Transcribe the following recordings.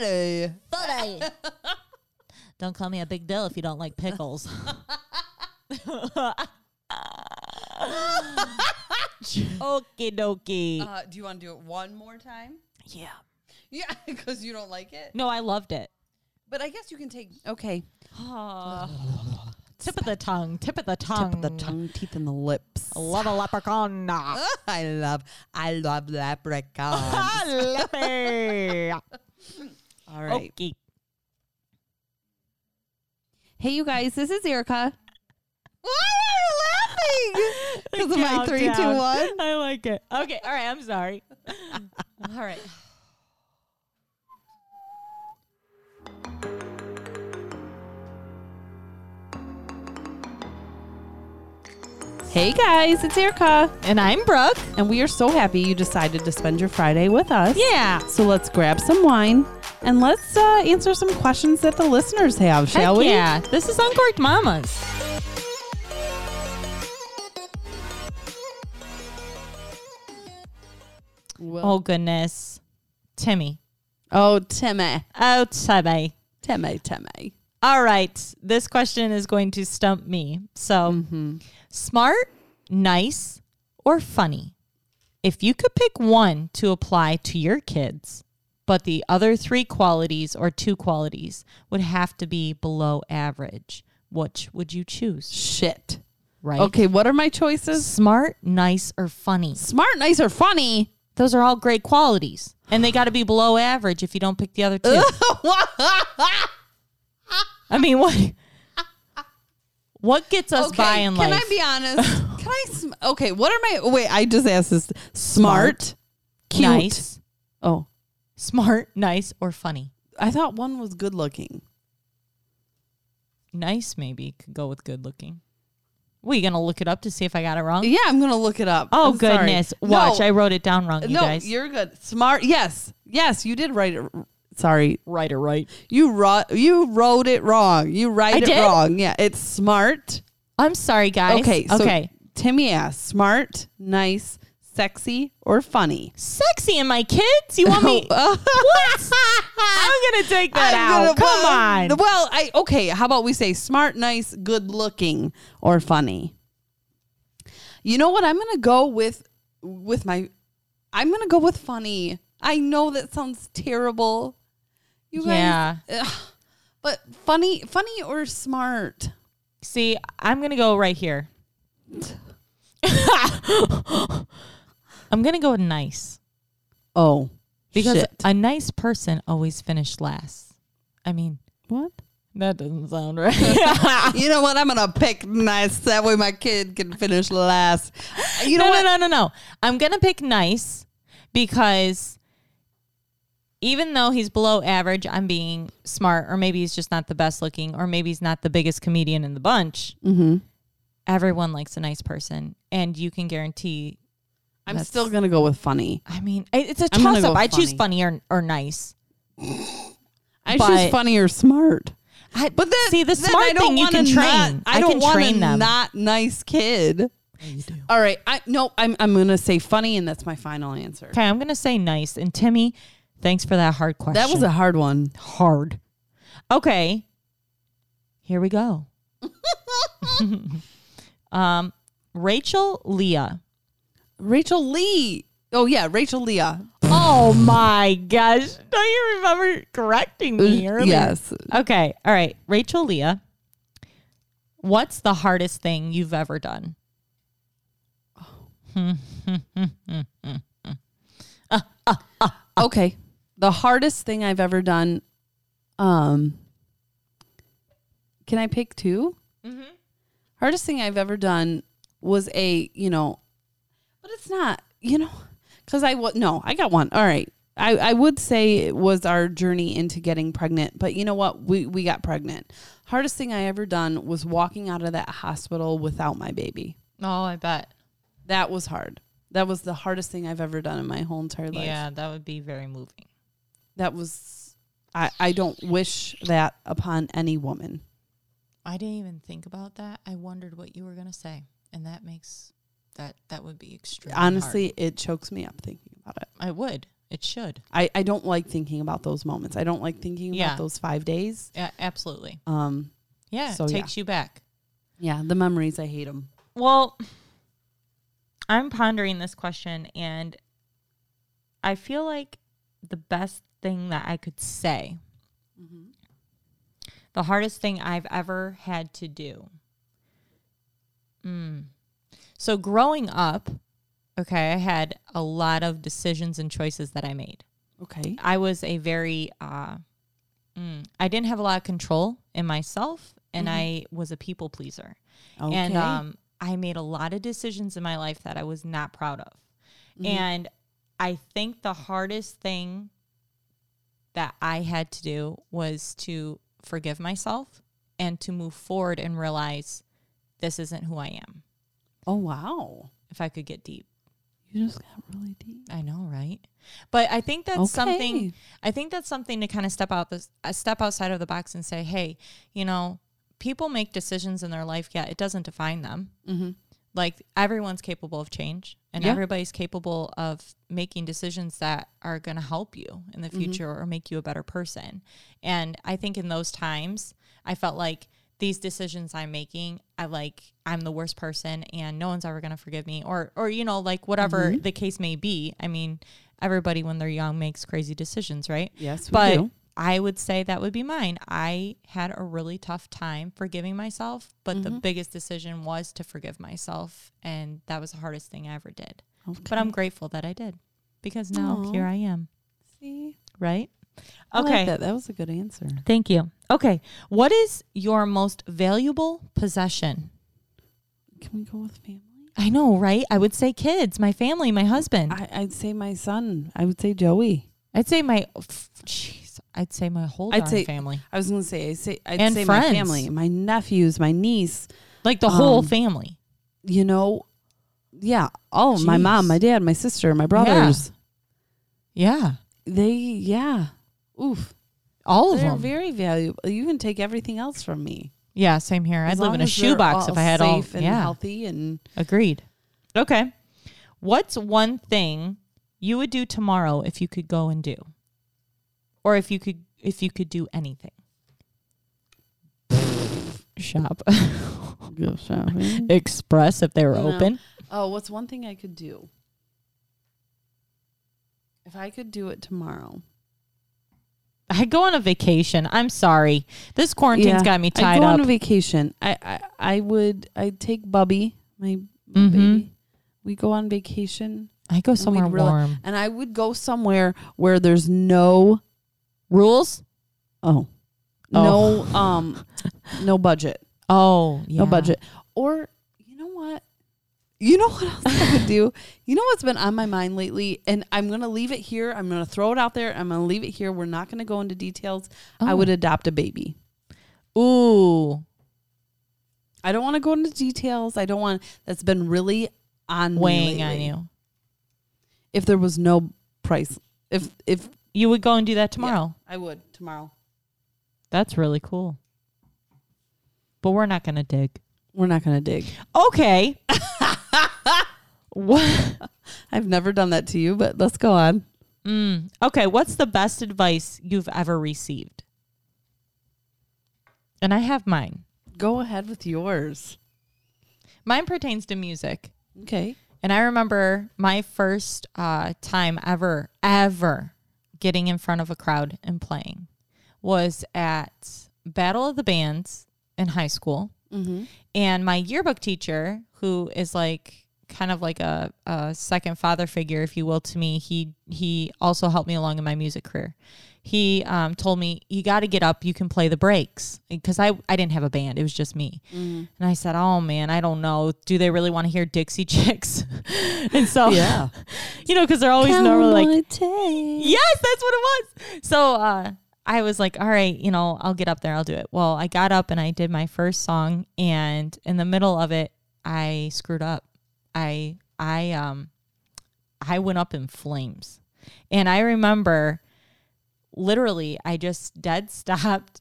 fatty. Buddy. don't call me a big deal if you don't like pickles. Okie dokie. Uh, do you want to do it one more time? yeah. Yeah, because you don't like it. No, I loved it. But I guess you can take. Okay. Tip of the tongue. Tip of the tongue. teeth, and the lips. Love a leprechaun. I love, I love leprechaun. Leppy. All right. Okay. Hey, you guys, this is Erica. Why are you laughing? Because of my three, two, Countdown. one. I like it. Okay. All right. I'm sorry. All right. Hey guys, it's Erica, And I'm Brooke. and we are so happy you decided to spend your Friday with us. Yeah. So let's grab some wine and let's uh, answer some questions that the listeners have, shall Heck we? Yeah. This is Uncorked Mamas. Well- Oh, goodness. Timmy. Oh, Timmy, Oh, Timmy. Timmy, Timmy. All right. This question is going to stump me. So, smart, nice, or funny? If you could pick one to apply to your kids, but the other three qualities or two qualities would have to be below average, which would you choose? Shit. Right. Okay, what are my choices? Smart, nice, or funny? Smart, nice, or funny? Those are all great qualities, and they got to be below average if you don't pick the other two. I mean, what? What gets us by in can life? I be honest? Can I? Sm- okay, what are my? Wait, I just asked this. Smart, cute. nice, Oh, smart, nice, or funny? I thought one was good looking. Nice, maybe could go with good looking. What, you gonna look it up to see if I got it wrong? Yeah, I'm gonna look it up. Oh I'm sorry. goodness! Watch, No, I wrote it down wrong. You no, guys, you're good. Smart. Yes, yes, you did write it. r- Sorry, right or right? you wrote you wrote it wrong. You write I it did? wrong. Yeah, it's smart. I'm sorry, guys. Okay, so okay. Timmy asked, smart, nice, sexy, or funny. Sexy and my kids. You want me? what? I'm gonna take that I'm out. gonna- Come well, on. Well, I okay. How about we say smart, nice, good looking, or funny? You know what? I'm gonna go with with my. I'm gonna go with funny. I know that sounds terrible. You guys, Yeah. Ugh. but funny, funny or smart? See, I'm gonna go right here. I'm gonna go with nice Oh, because shit. a nice person always finished last. I mean, what? that doesn't sound right. You know what? I'm gonna pick nice. That way, my kid can finish last. You know no, what? no, no, no, no. I'm gonna pick nice because even though he's below average, I'm being smart, or maybe he's just not the best looking, or maybe he's not the biggest comedian in the bunch. Mm-hmm. Everyone likes a nice person, and you can guarantee. I'm still gonna go with funny. I mean, it- it's a I'm gonna toss up. go I choose funny. funny or, or nice. I But- choose funny or smart. I, But then, see, the then smart I don't thing you want a can train. Not, I, I, don't can want a train them. Not nice kid. All right. I no. I'm I'm gonna say funny, and that's my final answer. okay, I'm gonna say nice. And Timmy, thanks for that hard question. That was a hard one. hard. Okay. Here we go. um, Rachel Leah. Rachel Lee. Oh yeah, Rachel Leah. Oh my gosh. Don't you remember correcting me earlier? Yes. Okay. All right. Rachel Leah. What's the hardest thing you've ever done? Okay. The hardest thing I've ever done. Um. Can I pick 2 Hardest thing I've ever done was a you know, but it's not you know, because I would no I got one. All right. I, I would say it was our journey into getting pregnant, but you know what? We, we got pregnant. Hardest thing I ever done was walking out of that hospital without my baby. Oh, I bet. That was hard. That was the hardest thing I've ever done in my whole entire life Yeah, that would be very moving. that was I, I don't wish that upon any woman. I didn't even think about that. I wondered what you were going to say. And that makes that that would be extremely Honestly, it chokes me up thinking about it. I would. It should. I, I don't like thinking about those moments. I don't like thinking Yeah. about those five days. Yeah, absolutely. Um, Yeah, So, it yeah. takes you back. yeah, the memories, I hate them. Well, I'm pondering this question and I feel like the best thing that I could say, Mm-hmm. the hardest thing I've ever had to do. Mm. So, growing up, okay, I had a lot of decisions and choices that I made. Okay. I was a very, uh, mm, I didn't have a lot of control in myself, and I was a people pleaser. Okay. And um, I made a lot of decisions in my life that I was not proud of. And I think the hardest thing that I had to do was to forgive myself and to move forward and realize this isn't who I am. oh, wow. If I could get deep. You just got really deep. I know, right? But I think that's something. I think that's something to kind of step out this uh, step outside of the box and say, hey, you know, people make decisions in their life. Yeah, it doesn't define them. Mhm. Like everyone's capable of change, and Yeah. everybody's capable of making decisions that are going to help you in the future or make you a better person. And I think in those times, I felt like these decisions I'm making, I like I'm the worst person and no one's ever going to forgive me or or you know like whatever the case may be. I mean, everybody when they're young makes crazy decisions, right? Yes, we but do. I would say that would be mine. I had a really tough time forgiving myself, but the Mm-hmm. biggest decision was to forgive myself and that was the hardest thing I ever did. But I'm grateful that I did because now Aw. here I am, See? right? I like that. that was a good answer. Thank you. Okay. What is your most valuable possession? Can we go with family? I know, right? I would say kids, my family, my husband. I, I'd say my son. I would say Joey. I'd say my, f- jeez, I'd say my whole I'd darn say- family, I was gonna say I say I'd And say friends. my family, my nephews, my niece. like the whole um, family. You know, yeah. Oh, my mom, Jeez. my dad, my sister, my brothers. Yeah, They, yeah. Oof, all of they're them. very valuable. You can take everything else from me. yeah, same here. I'd As live long in a as they're shoebox if all I had all. safe and yeah, healthy and agreed. Okay. What's one thing you would do tomorrow if you could go and do, or if you could if you could do anything? Shop. Express if they were No. open. Oh, what's one thing I could do? If I could do it tomorrow, I go on a vacation. I'm sorry. This quarantine's Yeah. got me I tied go up. on a vacation. I, I I would I would take Bubby, my Mhm. baby. We go on vacation. I go we'd somewhere rela- warm. and I would go somewhere where there's no Rules? oh, Oh. no um no budget Oh, yeah. no budget or you know what you know what else I would do you know what's been on my mind lately and I'm gonna leave it here I'm gonna throw it out there I'm gonna leave it here we're not gonna go into details I Oh. would adopt a baby Ooh, I don't want to go into details I don't want that's been really on me weighing on lately. you. if there was no price if if You would go and do that tomorrow. I would tomorrow That's really cool. But we're not going to dig. we're not gonna dig Okay. what? I've never done that to you but let's go on Mm. Okay, what's the best advice you've ever received? And I have mine. Go ahead with yours. Mine pertains to music. Okay. And I remember my first uh, time ever, ever getting in front of a crowd and playing was at Battle of the Bands in high school. Mm-hmm. And my yearbook teacher, who is like kind of like a, a second father figure, if you will, to me, he he also helped me along in my music career. He um, told me, "You got to get up. You can play the breaks," because I I didn't have a band; it was just me. And I said, "Oh man, I don't know. Do they really want to hear Dixie Chicks?" and so, Yeah. you know, because they're always normally like, yeah. Yes, that's what it was. So uh, I was like, all right, you know, I'll get up there, I'll do it. Well, I got up and I did my first song, and in the middle of it, I screwed up. I I um I went up in flames, and I remember literally I just dead stopped.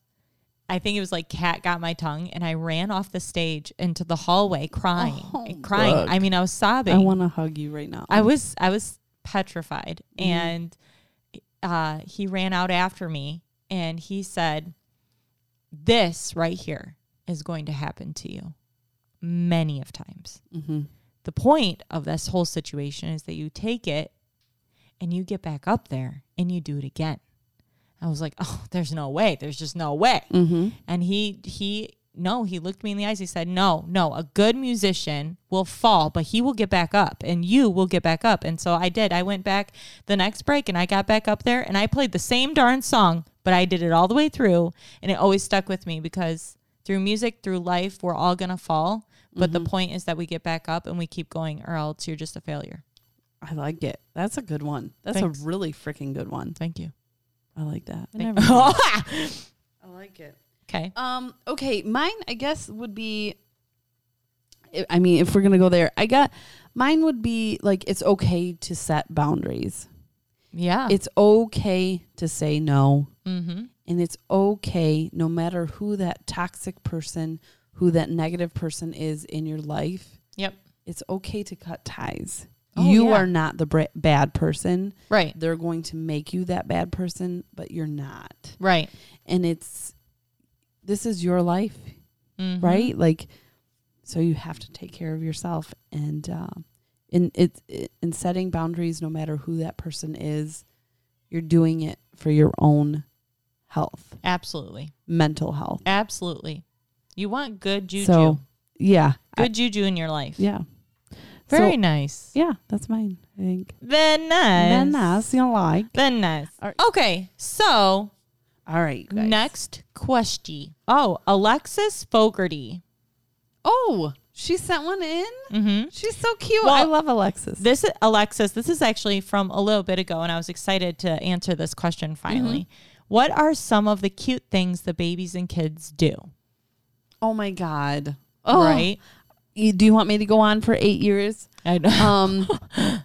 I think it was like cat got my tongue, and I ran off the stage into the hallway crying, Oh, crying. fuck. I mean, I was sobbing. I want to hug you right now. I was I was petrified and uh, he ran out after me and he said, This right here is going to happen to you many of times. The point of this whole situation is that you take it and you get back up there and you do it again. I was like, Oh, there's no way. There's just no way. Mm-hmm. And he, he, no, he looked me in the eyes. He said, No, no, a good musician will fall, but he will get back up and you will get back up. And so I did. I went back the next break and I got back up there and I played the same darn song, but I did it all the way through. And it always stuck with me because through music, through life, we're all going to fall. But Mm-hmm. the point is that we get back up and we keep going, or else you're just a failure. I like it. That's a good one. That's Thanks. a really freaking good one. Thank you. I like that. Thank- Never mind. I like it. okay. Um. Okay. Mine, I guess, would be. I- I mean, if we're gonna go there, I got mine would be like it's okay to set boundaries. Yeah. It's okay to say no, mm-hmm. and it's okay no matter who that toxic person, who that negative person is in your life. Yep. It's okay to cut ties. Oh, you yeah. are not the bra- bad person. Right. They're going to make you that bad person, but you're not. Right. And it's this is your life Mhm. right? Like, so you have to take care of yourself, and uh, in it, it in setting boundaries, no matter who that person is, you're doing it for your own health, Absolutely. mental health. Absolutely. You want good juju. So, yeah, I- good juju in your life. yeah, Very So, nice. yeah, that's mine. I think. Then nice. Then that's you like. Then nice. All right. Okay. So All right, you guys. next question. Oh, Alexis Fogarty. Oh, she sent one in. Mm-hmm. She's so cute. Well, I love Alexis. This is Alexis. This is actually from a little bit ago, and I was excited to answer this question finally. Mm-hmm. What are some of the cute things the babies and kids do? oh my god. Oh, Right. You, do you want me to go on for eight years? I know. Um,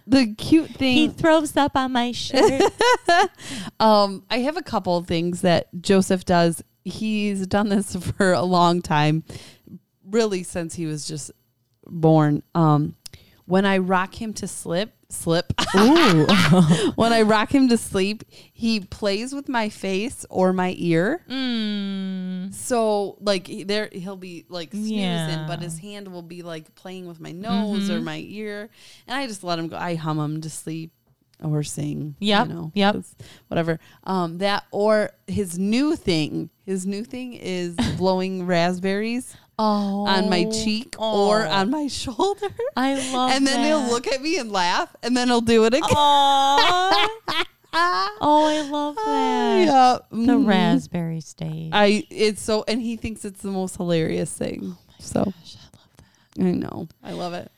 the cute thing. he throws up on my shirt. Um, I have a couple of things that Joseph does. He's done this for a long time, really since he was just born. Um, when I rock him to slip, slip. when I rock him to sleep, he plays with my face or my ear. So like he- there, he'll be like snoozing, Yeah. but his hand will be like playing with my nose or my ear, and I just let him go. I hum him to sleep or sing. Yep, yep. 'cause Whatever. Um, that or his new thing. His new thing is blowing raspberries oh, on my cheek or on my shoulder. I love. and then that. he'll look at me and laugh, and then he'll do it again. Aw. oh, I love that. yeah. The mhm. raspberry stage. I it's so and he thinks it's the most hilarious thing. so I love that. I know. Oh I love it.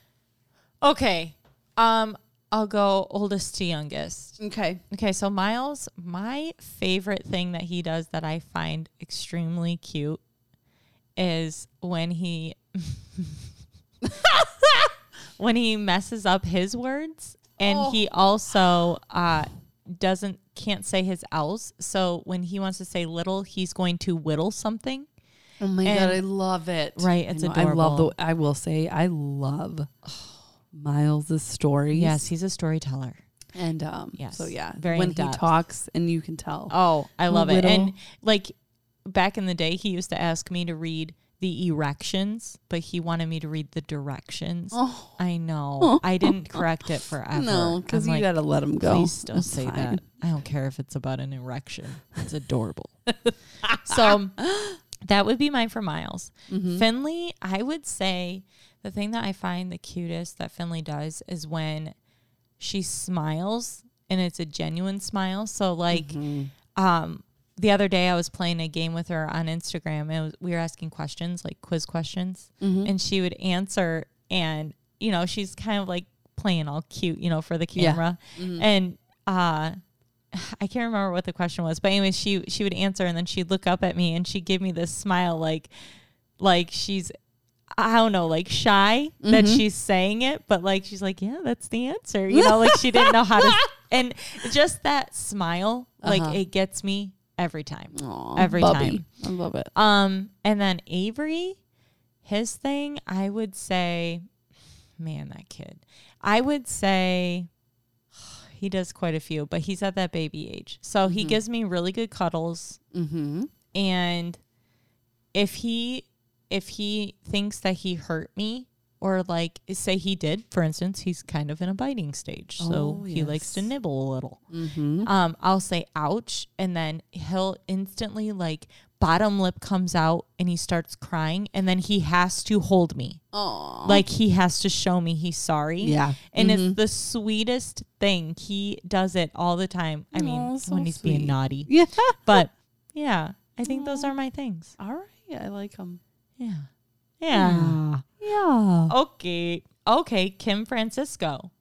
Okay. Um, I'll go oldest to youngest. Okay. Okay, so Miles, my favorite thing that he does that I find extremely cute is when he when he messes up his words and he also uh doesn't can't say his L's. So when he wants to say little, he's going to whittle something. Oh my And- god, I love it. Right, I it's know, I love adorable. the I will say I love Miles' stories. Yes, he's a storyteller. And um Yes. so yeah. Very when in-depth. he talks and you can tell. Oh, I love it. Little- And like back in the day, he used to ask me to read the erections, but he wanted me to read the directions. Oh. I know. I didn't correct it forever. no, because I'm you like, gotta let him go. Please don't That's say fine. that. I don't care if it's about an erection. It's adorable. so that would be mine for Miles. Mm-hmm. Finley, I would say the thing that I find the cutest that Finley does is when she smiles and it's a genuine smile. So like Mm-hmm. um the other day I was playing a game with her on Instagram and it was, we were asking questions like quiz questions and she would answer and you know she's kind of like playing all cute you know for the Yeah. camera and uh I can't remember what the question was but anyway she she would answer and then she'd look up at me and she'd give me this smile like like she's I don't know, like shy that she's saying it, but like she's like, yeah, that's the answer. You know, like she didn't know how to, and just that smile, like it gets me every time, Aw, every Bubby. time. I love it. Um, and then Avery, his thing, I would say, man, that kid. I would say he does quite a few, but he's at that baby age. So he gives me really good cuddles. Mm-hmm. And if he if he thinks that he hurt me or like say he did, for instance, he's kind of in a biting stage. so Oh, he likes to yes. nibble a little. Mm-hmm. Um, I'll say ouch and then he'll instantly like bottom lip comes out and he starts crying and then he has to hold me. Oh. Like he has to show me he's sorry. Yeah. Mm-hmm. And it's the sweetest thing. He does it all the time. I Aw, mean, so when he's sweet. being naughty. Yeah. But yeah, I think those are my things. All right. I like them. Yeah. Yeah. Yeah. Okay. Okay. Kim Francisco.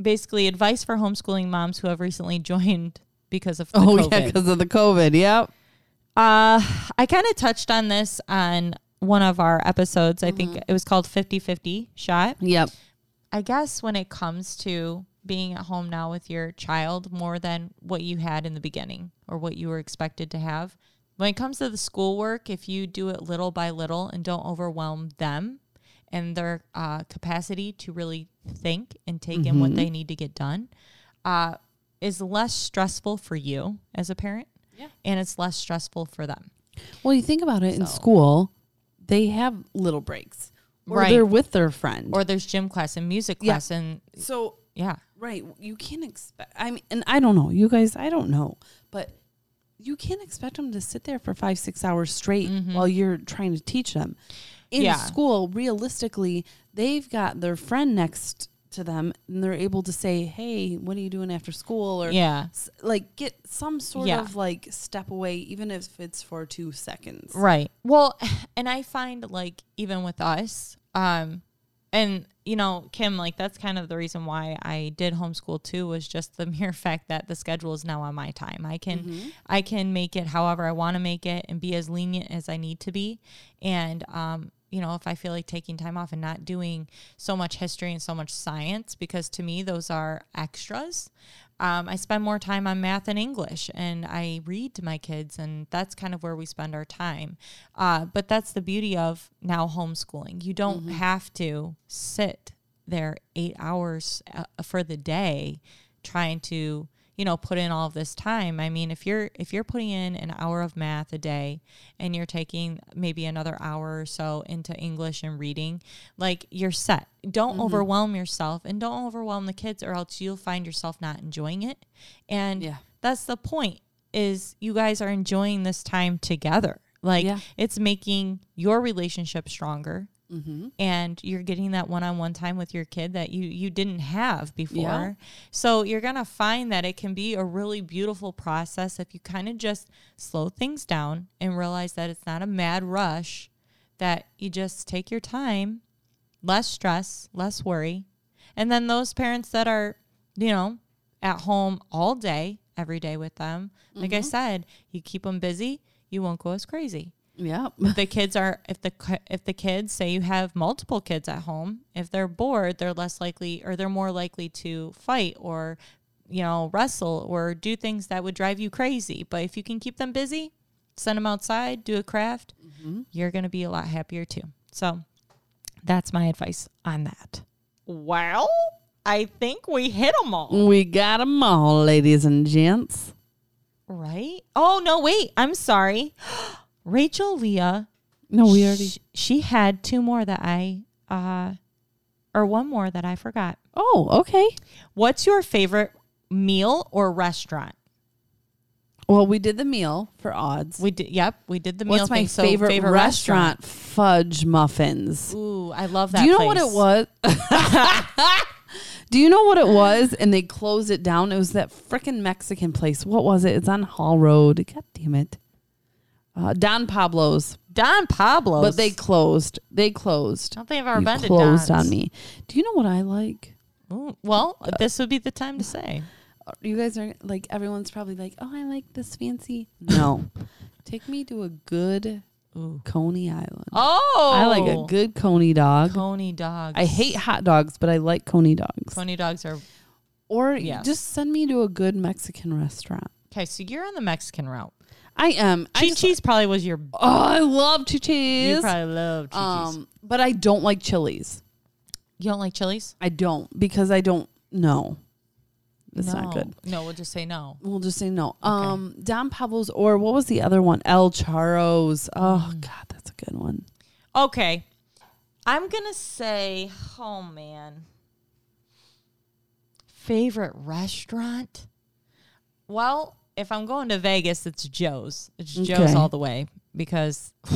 Basically, advice for homeschooling moms who have recently joined because of the Oh, yeah, COVID. because of the COVID. Yep. Uh, I kind of touched on this on one of our episodes. I think Mm-hmm. it was called 50 50 shot. Yep. I guess when it comes to being at home now with your child more than what you had in the beginning or what you were expected to have, when it comes to the schoolwork, if you do it little by little and don't overwhelm them and their uh, capacity to really think and take in what they need to get done, uh, is less stressful for you as a parent. Yeah. And it's less stressful for them. Well, you think about it in So- school, they have little breaks. Or Right. they're with their friend. Or there's gym class and music Yeah. class and so yeah. Right. You can't expect. I mean, and I don't know, you guys. I don't know, but you can't expect them to sit there for five, six hours straight while you're trying to teach them. In Mm-hmm. Yeah. school, realistically, they've got their friend next to them, and they're able to say, "Hey, what are you doing after school?" Or Yeah. s- like get some sort Yeah. of like step away, even if it's for two seconds. Right. Well, and I find like even with us, um, and you know, Kim, like that's kind of the reason why I did homeschool too was just the mere fact that the schedule is now on my time. I can I can make it however I want to make it and be as lenient as I need to be. And um, you know, if I feel like taking time off and not doing so much history and so much science, because to me those are extras. Um, I spend more time on math and English, and I read to my kids, and that's kind of where we spend our time. Uh, but that's the beauty of now homeschooling. You don't have to sit there eight hours uh, for the day trying to you know put in all of this time i mean if you're if you're putting in an hour of math a day and you're taking maybe another hour or so into english and reading like you're set don't Mm-hmm. overwhelm yourself and don't overwhelm the kids or else you'll find yourself not enjoying it and Yeah. that's the point is you guys are enjoying this time together like Yeah. it's making your relationship stronger and you're getting that one-on-one time with your kid that you you didn't have before Yeah. so you're gonna find that it can be a really beautiful process if you kind of just slow things down and realize that it's not a mad rush that you just take your time less stress less worry and then those parents that are you know at home all day every day with them like i said you keep them busy you won't go as crazy Yep. if the kids are if the ki- if the kids say you have multiple kids at home if they're bored they're less likely or they're more likely to fight or you know wrestle or do things that would drive you crazy but if you can keep them busy send them outside do a craft you're going to be a lot happier too so that's my advice on that well i think we hit them all We got them all, ladies and gents. right oh no wait i'm sorry rachel leah No, Oh, we already. Sh- she had two more that I uh or one more that I forgot. Oh, okay. What's your favorite meal or restaurant? Well, we did the meal for odds. We did yep, we did the meal What's my thing. So, favorite, restaurant? Fudge muffins. Ooh, I love that. Do you know place. what it was? Do you know what it was? And they closed it down. It was that freaking Mexican place. What was it? It's on Hall Road. God damn it. Uh, Don Pablo's, Don Pablo. but they closed. They closed. don't think I've ever You been to closed Don's. on me. Do you know what I like? Uh, Ooh, well, this would be the time to say. You guys are like everyone's probably like, oh, I like this fancy. No, take me to a good Coney Island. Oh, I like a good Coney dog. Coney dogs. I hate hot dogs, but I like Coney dogs. Coney dogs are Or Yes. just send me to a good Mexican restaurant. okay. So you're on the Mexican route. I am. I Chi just- cheese probably was your. oh, I love You chichis. probably love chi cheese. Um, but I don't like chilies. You don't like chilies? I don't because I don't know. It's no. not good. No, we'll just say no. We'll just say no. Um, Don Pablo's or what was the other one? El Charo's. Oh Mm. God, that's a good one. Okay. I'm going to say, oh man. Favorite restaurant? Well, if I'm going to Vegas, it's Joe's. It's Joe's Okay. all the way because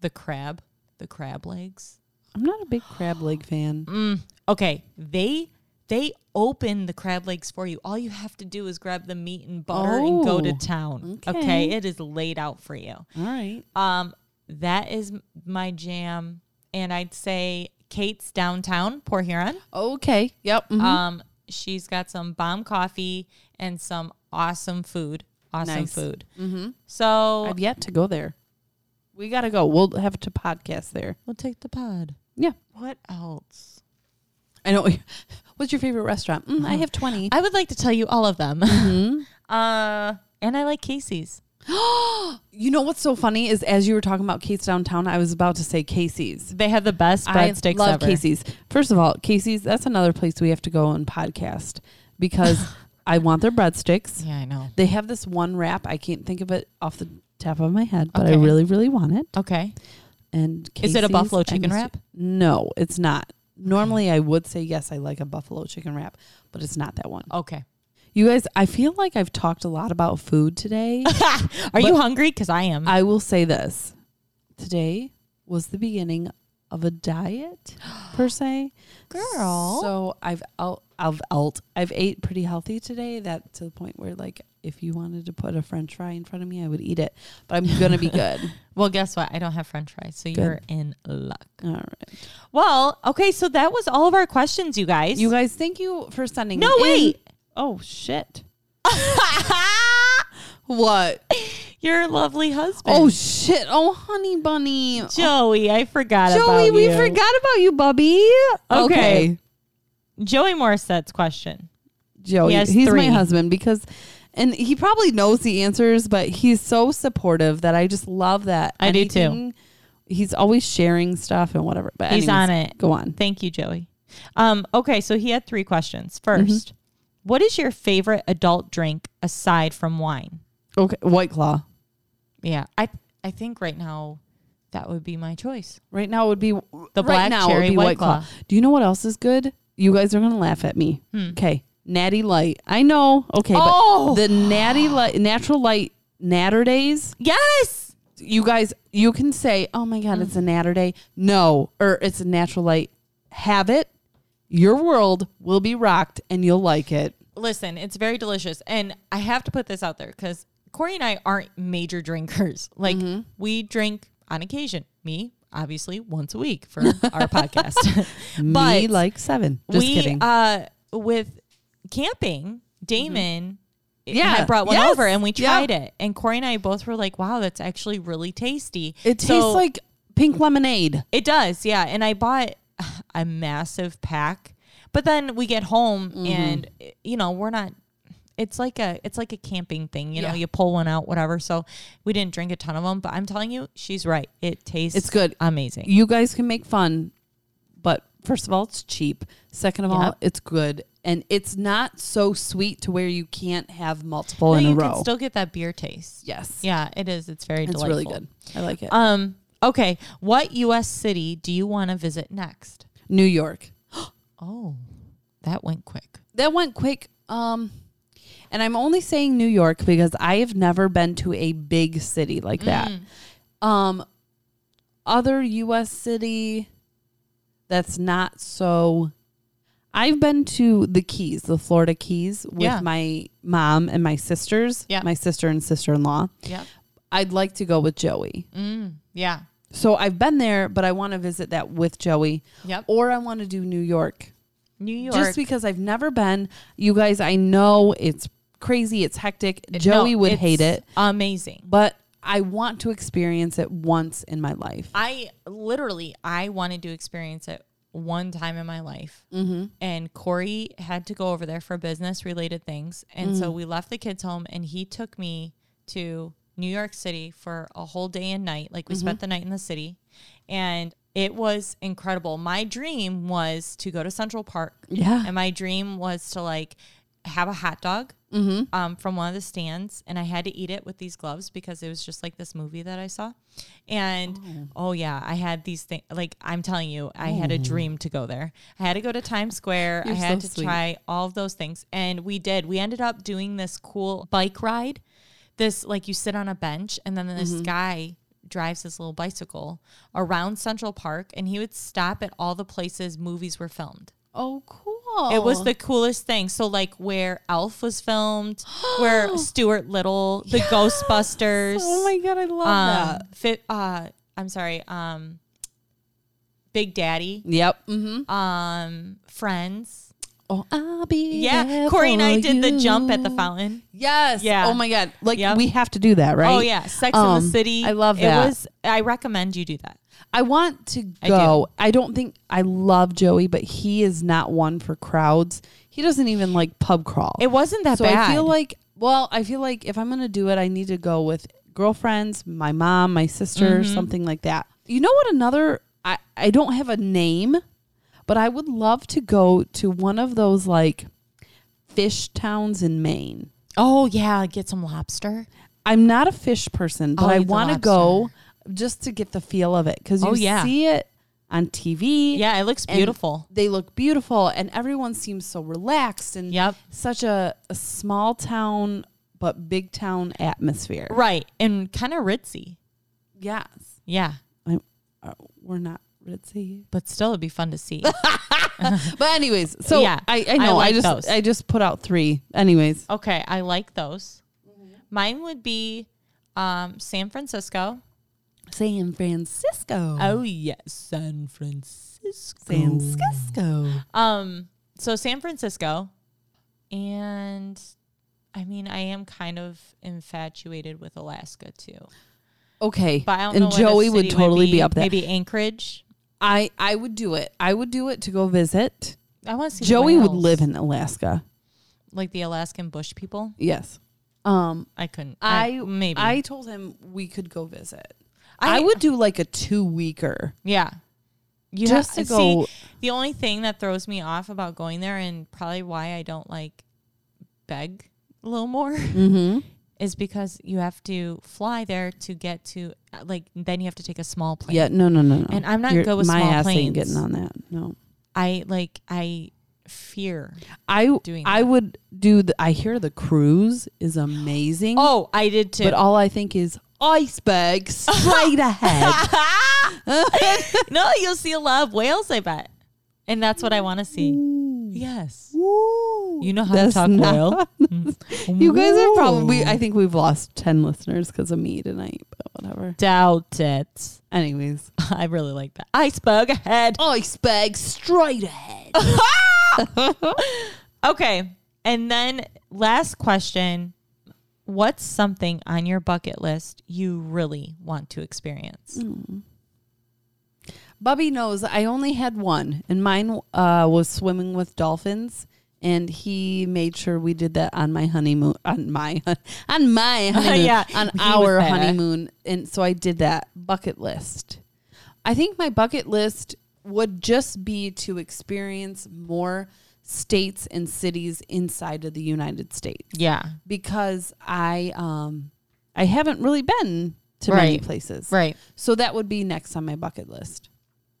the crab, the crab legs. Mm, I'm not a big crab leg fan. Okay, they they open the crab legs for you. All you have to do is grab the meat and butter and go to Oh, town. Okay. okay. it is laid out for you. All right. Um, that is m- my jam, and I'd say Kate's downtown Port Huron. Okay. Yep. mhm. Um, she's got some bomb coffee and some awesome food. Awesome Nice. food. Mm-hmm. So I've yet to go there. We gotta go. We'll have to podcast there. we'll take the pod. Yeah. What else? I know. What's your favorite restaurant? Mm, I have twenty. Mm-hmm. Mm-hmm. I would like to tell you all of them. uh, and I like Casey's. You know what's so funny is as you were talking about Kate's downtown, I was about to say Casey's. They have the best breadsticks I love ever. Casey's. First of all, Casey's. That's another place we have to go and podcast because I want their breadsticks. Yeah, I know. They have this one wrap. I can't think of it off the top of my head, but I Okay. really, really want it. Okay. And Is it a Casey's, buffalo I chicken missed wrap? you. No, it's not. Normally, I would say yes, I like a buffalo chicken wrap, but it's not that one. Okay. You guys, I feel like I've talked a lot about food today. Are you hungry? Because I am. I will say this: today was the beginning of a diet, per se. Girl. so I've out, I've out, I've ate pretty healthy today. That to the point where, like, if you wanted to put a French fry in front of me, I would eat it. But I'm gonna be good. well, guess what? I don't have french fries, so you're in luck. All right, Well, okay, so that was all of our questions, you guys. you guys. Thank you for sending. No, them in. wait. Oh shit! What? Your lovely husband. Oh shit! Oh honey bunny. Joey, I forgot about Joey, we you. forgot about you, Bubby. Okay. Joey Morissette's question. Joey. He has he's three. my husband because, and he probably knows the answers, but he's so supportive that I just love that. I do too. Anything- He's always sharing stuff and whatever. But He's anyways, on it. Go on. Thank you, Joey. Um, okay, so he had three questions. 1st what is your favorite adult drink aside from wine? Okay. White Claw. Yeah, I I think right now that would be my choice. Right now it would be the right black now it would cherry be White Claw. Do you know what else is good? You guys are gonna laugh at me. Okay. Natty Light. I know. Okay. Hmm. Oh! But the Natty Light, Natural Light, Natter Days. Yes. you guys, you can say, "Oh my God, it's a natter day." No, or it's a natural light. Have it. Your world will be rocked, and you'll like it. Listen, it's very delicious, and I have to put this out there because Corey and I aren't major drinkers. Like Mm-hmm. we drink on occasion. Me, obviously, once a week for our podcast. Me but like seven. Just we kidding. Mm-hmm. uh with camping, Damon. Yeah, Yeah. I brought one Yes. over and we Yeah. tried it. And Corey and I both were like, wow, that's actually really tasty. it tastes So- like pink lemonade. It does, yeah. And I bought a massive pack, but then we get home Mm-hmm. and you know we're not. It's like a it's like a camping thing, you know. Yeah. You pull one out, whatever. So we didn't drink a ton of them, but I'm telling you, she's right. It tastes It's good. amazing. You guys can make fun, but first of all, it's cheap. Second of all, Yep. it's good, and it's not so sweet to where you can't have multiple No, in you a row. can still get that beer taste. yes, Yeah, it is. It's very it's delightful. really good. I like it. Um. Okay. What U.S. city do you want to visit next? New York. Oh, that went quick. that went quick. Um, and I'm only saying New York because I have never been to a big city like that. Mm. Um, other U.S. city that's not so. I've been to the Keys, the Florida Keys, with Yeah. my mom and my sisters, Yeah. my sister and sister in law. Yeah. I'd like to go with Joey. Mm, yeah. So I've been there, but I want to visit that with Joey, Yep. or I want to do New York. New York. Just because I've never been, you guys, I know it's crazy, it's hectic. Joey No, would it's hate it, Amazing. but I want to experience it once in my life. I literally I wanted to experience it one time in my life, mm-hmm. and Corey had to go over there for business related things, and Mm-hmm. so we left the kids home, and he took me to New York City for a whole day and night. Like we Mm-hmm. spent the night in the city, and it was incredible. My dream was to go to Central Park, Yeah. and my dream was to like have a hot dog Mm-hmm. um, from one of the stands, and I had to eat it with these gloves because it was just like this movie that I saw. And oh, yeah, I had these things. Like I'm telling you, I had a dream to go there. I had to go to Times Square. I Oh. You're had so to sweet. try all of those things, and we did. We ended up doing this cool bike ride. This like you sit on a bench, and then this Mm-hmm. guy drives his little bicycle around Central Park, and he would stop at all the places movies were filmed. Oh, cool. It was the coolest thing. So like where Elf was filmed, where Stuart Little, the Ghostbusters. Oh my god, I love um, that. Fit, uh, I'm sorry. Um, Big Daddy, Yep. Mm-hmm. um, Friends. Oh, I'll be. Yeah, there Corey and I for did the jump at the you. fountain. Yes. Yeah. Oh my god. Like Yep. we have to do that, right? Oh yeah, Sex in Um, the City. I love that. It was. I recommend you do that. I want to I go. I, don't think I love Joey, but he is not one for crowds. He doesn't even like pub crawl. It wasn't that so bad. I feel like well, I feel like if I'm gonna do it, I need to go with girlfriends, my mom, my sister, Mm-hmm. something like that. You know what? Another I I don't have a name, but I would love to go to one of those like fish towns in Maine. oh yeah, get some lobster. I'm not a fish person, but Oh, I you want to lobster. go just to get the feel of it because you Oh, yeah. see it on TV. Yeah, it looks and beautiful. They look beautiful, and everyone seems so relaxed and Yep. such a, a small town but big town atmosphere. Right, and kind of ritzy. Yes, Yeah, I'm, uh, we're not ritzy, but still, it'd be fun to see. but anyways, so Yeah, I, I I know I, like just those. I just put out three. Anyways, Okay, I like those. Mm-hmm. Mine would be um, San Francisco. San Francisco, Oh yes, San Francisco. San Francisco. Um, so San Francisco, and I mean, I am kind of infatuated with Alaska too. Okay, But I don't know. and what a Joey would city totally be, up there. Maybe Anchorage. I I would do it. I would do it to go visit. I want to see the Joey would whales. live in Alaska. like the Alaskan bush people. Yes. Um I couldn't. I maybe I told him we could go visit. I- I, would do like a two weeker. Yeah. You Just have to to go. go- See, the only thing that throws me off about going there and probably why I don't like beg a little more Mm-hmm. is because you have to fly there to get to uh, like then you have to take a small plane. Yeah, no, no, no, no. And I'm not You're- good with my small ass planes. ain't getting on that. No, I like I fear. I Doing I that. would do. The, I hear the cruise is amazing, Oh, I did too. but all I think is iceberg straight ahead. no, you'll see a lot of whales, I bet. And that's what I want to see. Yes. Woo. You know how That's to talk not- whale. You guys are probably. I think we've lost ten listeners because of me tonight. But whatever. doubt it. Anyways, I really like that. Iceberg ahead. iceberg straight ahead. Okay. And then last question What's something on your bucket list you really want to experience? Bubby knows I only had one, and mine uh, was swimming with dolphins. And he made sure we did that on my honeymoon, on my hon- on my honeymoon, Yeah, on he was our there. honeymoon. And so I did that bucket list. I think my bucket list would just be to experience more states and cities inside of the United States Yeah. because I um I haven't really been to many Right. places. Right. So that would be next on my bucket list.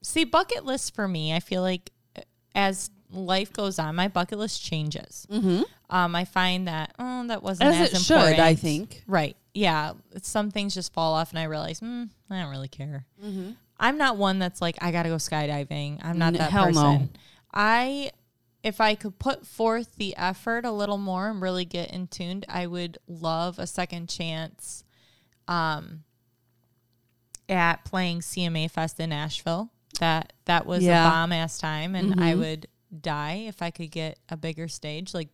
See, bucket list for me, I feel like uh, as life goes on, my bucket list changes. Mm-hmm. Um, I find that, oh, that wasn't as, As it should, important. I think. Right. Yeah. Some things just fall off, and I realize, mm, I don't really care. I'm not one that's like, I got to go skydiving. I'm not Mm-hmm. N- that hell no. person. I, if I could put forth the effort a little more and really get in tuned, I would love a second chance um, at playing CMA Fest in Nashville. That that was Yeah. Mm-hmm. a bomb ass time, and I would die if I could get a bigger stage. Like,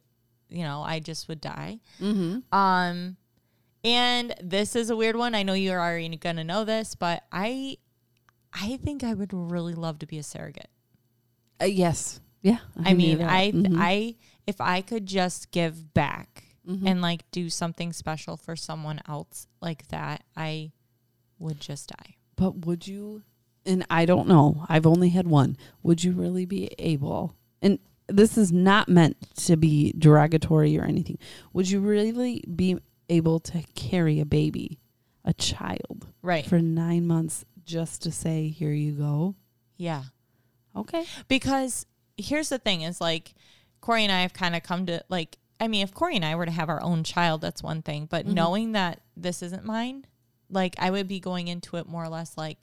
you know, I just would die. Mm-hmm. Um, and this is a weird one. I know you're already gonna know this, but I, I think I would really love to be a surrogate. Uh, yes. Yeah. I, knew mean, that. I, Mhm. I, if I could just give back mm-hmm. and like do something special for someone else like that, I would just die. But would you? And I don't know. I've only had one. Would you really be able? And this is not meant to be derogatory or anything. Would you really be able to carry a baby, a child, Right. for nine months just to say, here you go? yeah. Okay. Because here's the thing is like Corey and I have kind of come to like I mean, if Corey and I were to have our own child, that's one thing. But Mm-hmm. knowing that this isn't mine, like I would be going into it more or less like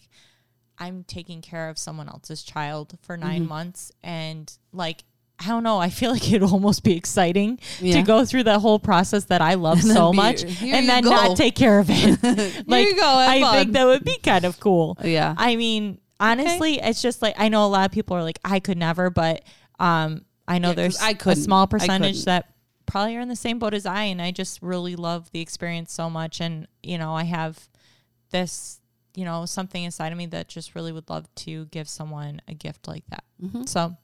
I'm taking care of someone else's child for 9 Mm-hmm. months and like I don't know. I feel like it'd almost be exciting Yeah. to go through the whole process that I love then so be- much "Here and you then go." not take care of it. like you go, have I fun. think that would be kind of cool. Yeah. I mean, honestly, it's just like I know a lot of people are like, I could never, but um, I know Yeah, 'cause there's I a couldn't. I small couldn't. percentage that probably are in the same boat as I, and I just really love the experience so much, and you know, I have this, you know, something inside of me that just really would love to give someone a gift like that. Mm-hmm. So,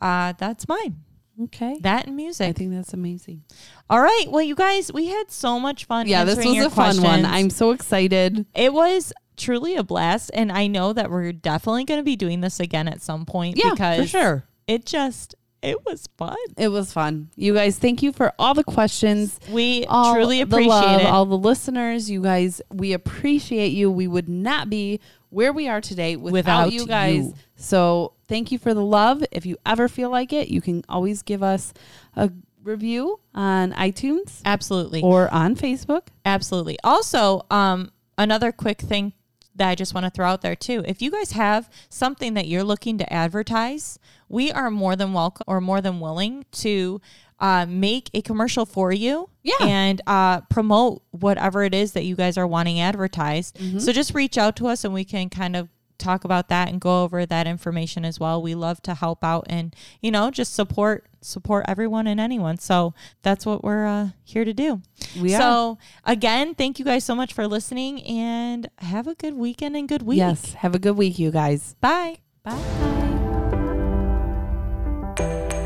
uh, that's mine. Okay. That and I music. think that's amazing. All right. Well, you guys, we had so much fun. Yeah, this answering was your a fun one. questions. I'm so excited. It was truly a blast, and I know that we're definitely going to be doing this again at some point. Yeah, because for sure. It just it was fun. It was fun. You guys, thank you for all the questions. We all truly the appreciate love, it. All the listeners, you guys, we appreciate you. We would not be where we are today without, Without you guys. you. So thank you for the love. If you ever feel like it, you can always give us a review on iTunes absolutely, or on Facebook. absolutely. Also, um, another quick thing that I just want to throw out there too. If you guys have something that you're looking to advertise, we are more than welcome or more than willing to uh, make a commercial for you. Yeah. and uh, promote whatever it is that you guys are wanting advertised. So just reach out to us and we can kind of talk about that and go over that information as well. We love to help out and you know just support support everyone and anyone. So that's what we're uh, here to do. We so again, thank you guys so much for listening and have a good weekend and good week. Yes. Have a good week, you guys. Bye. Bye. Bye.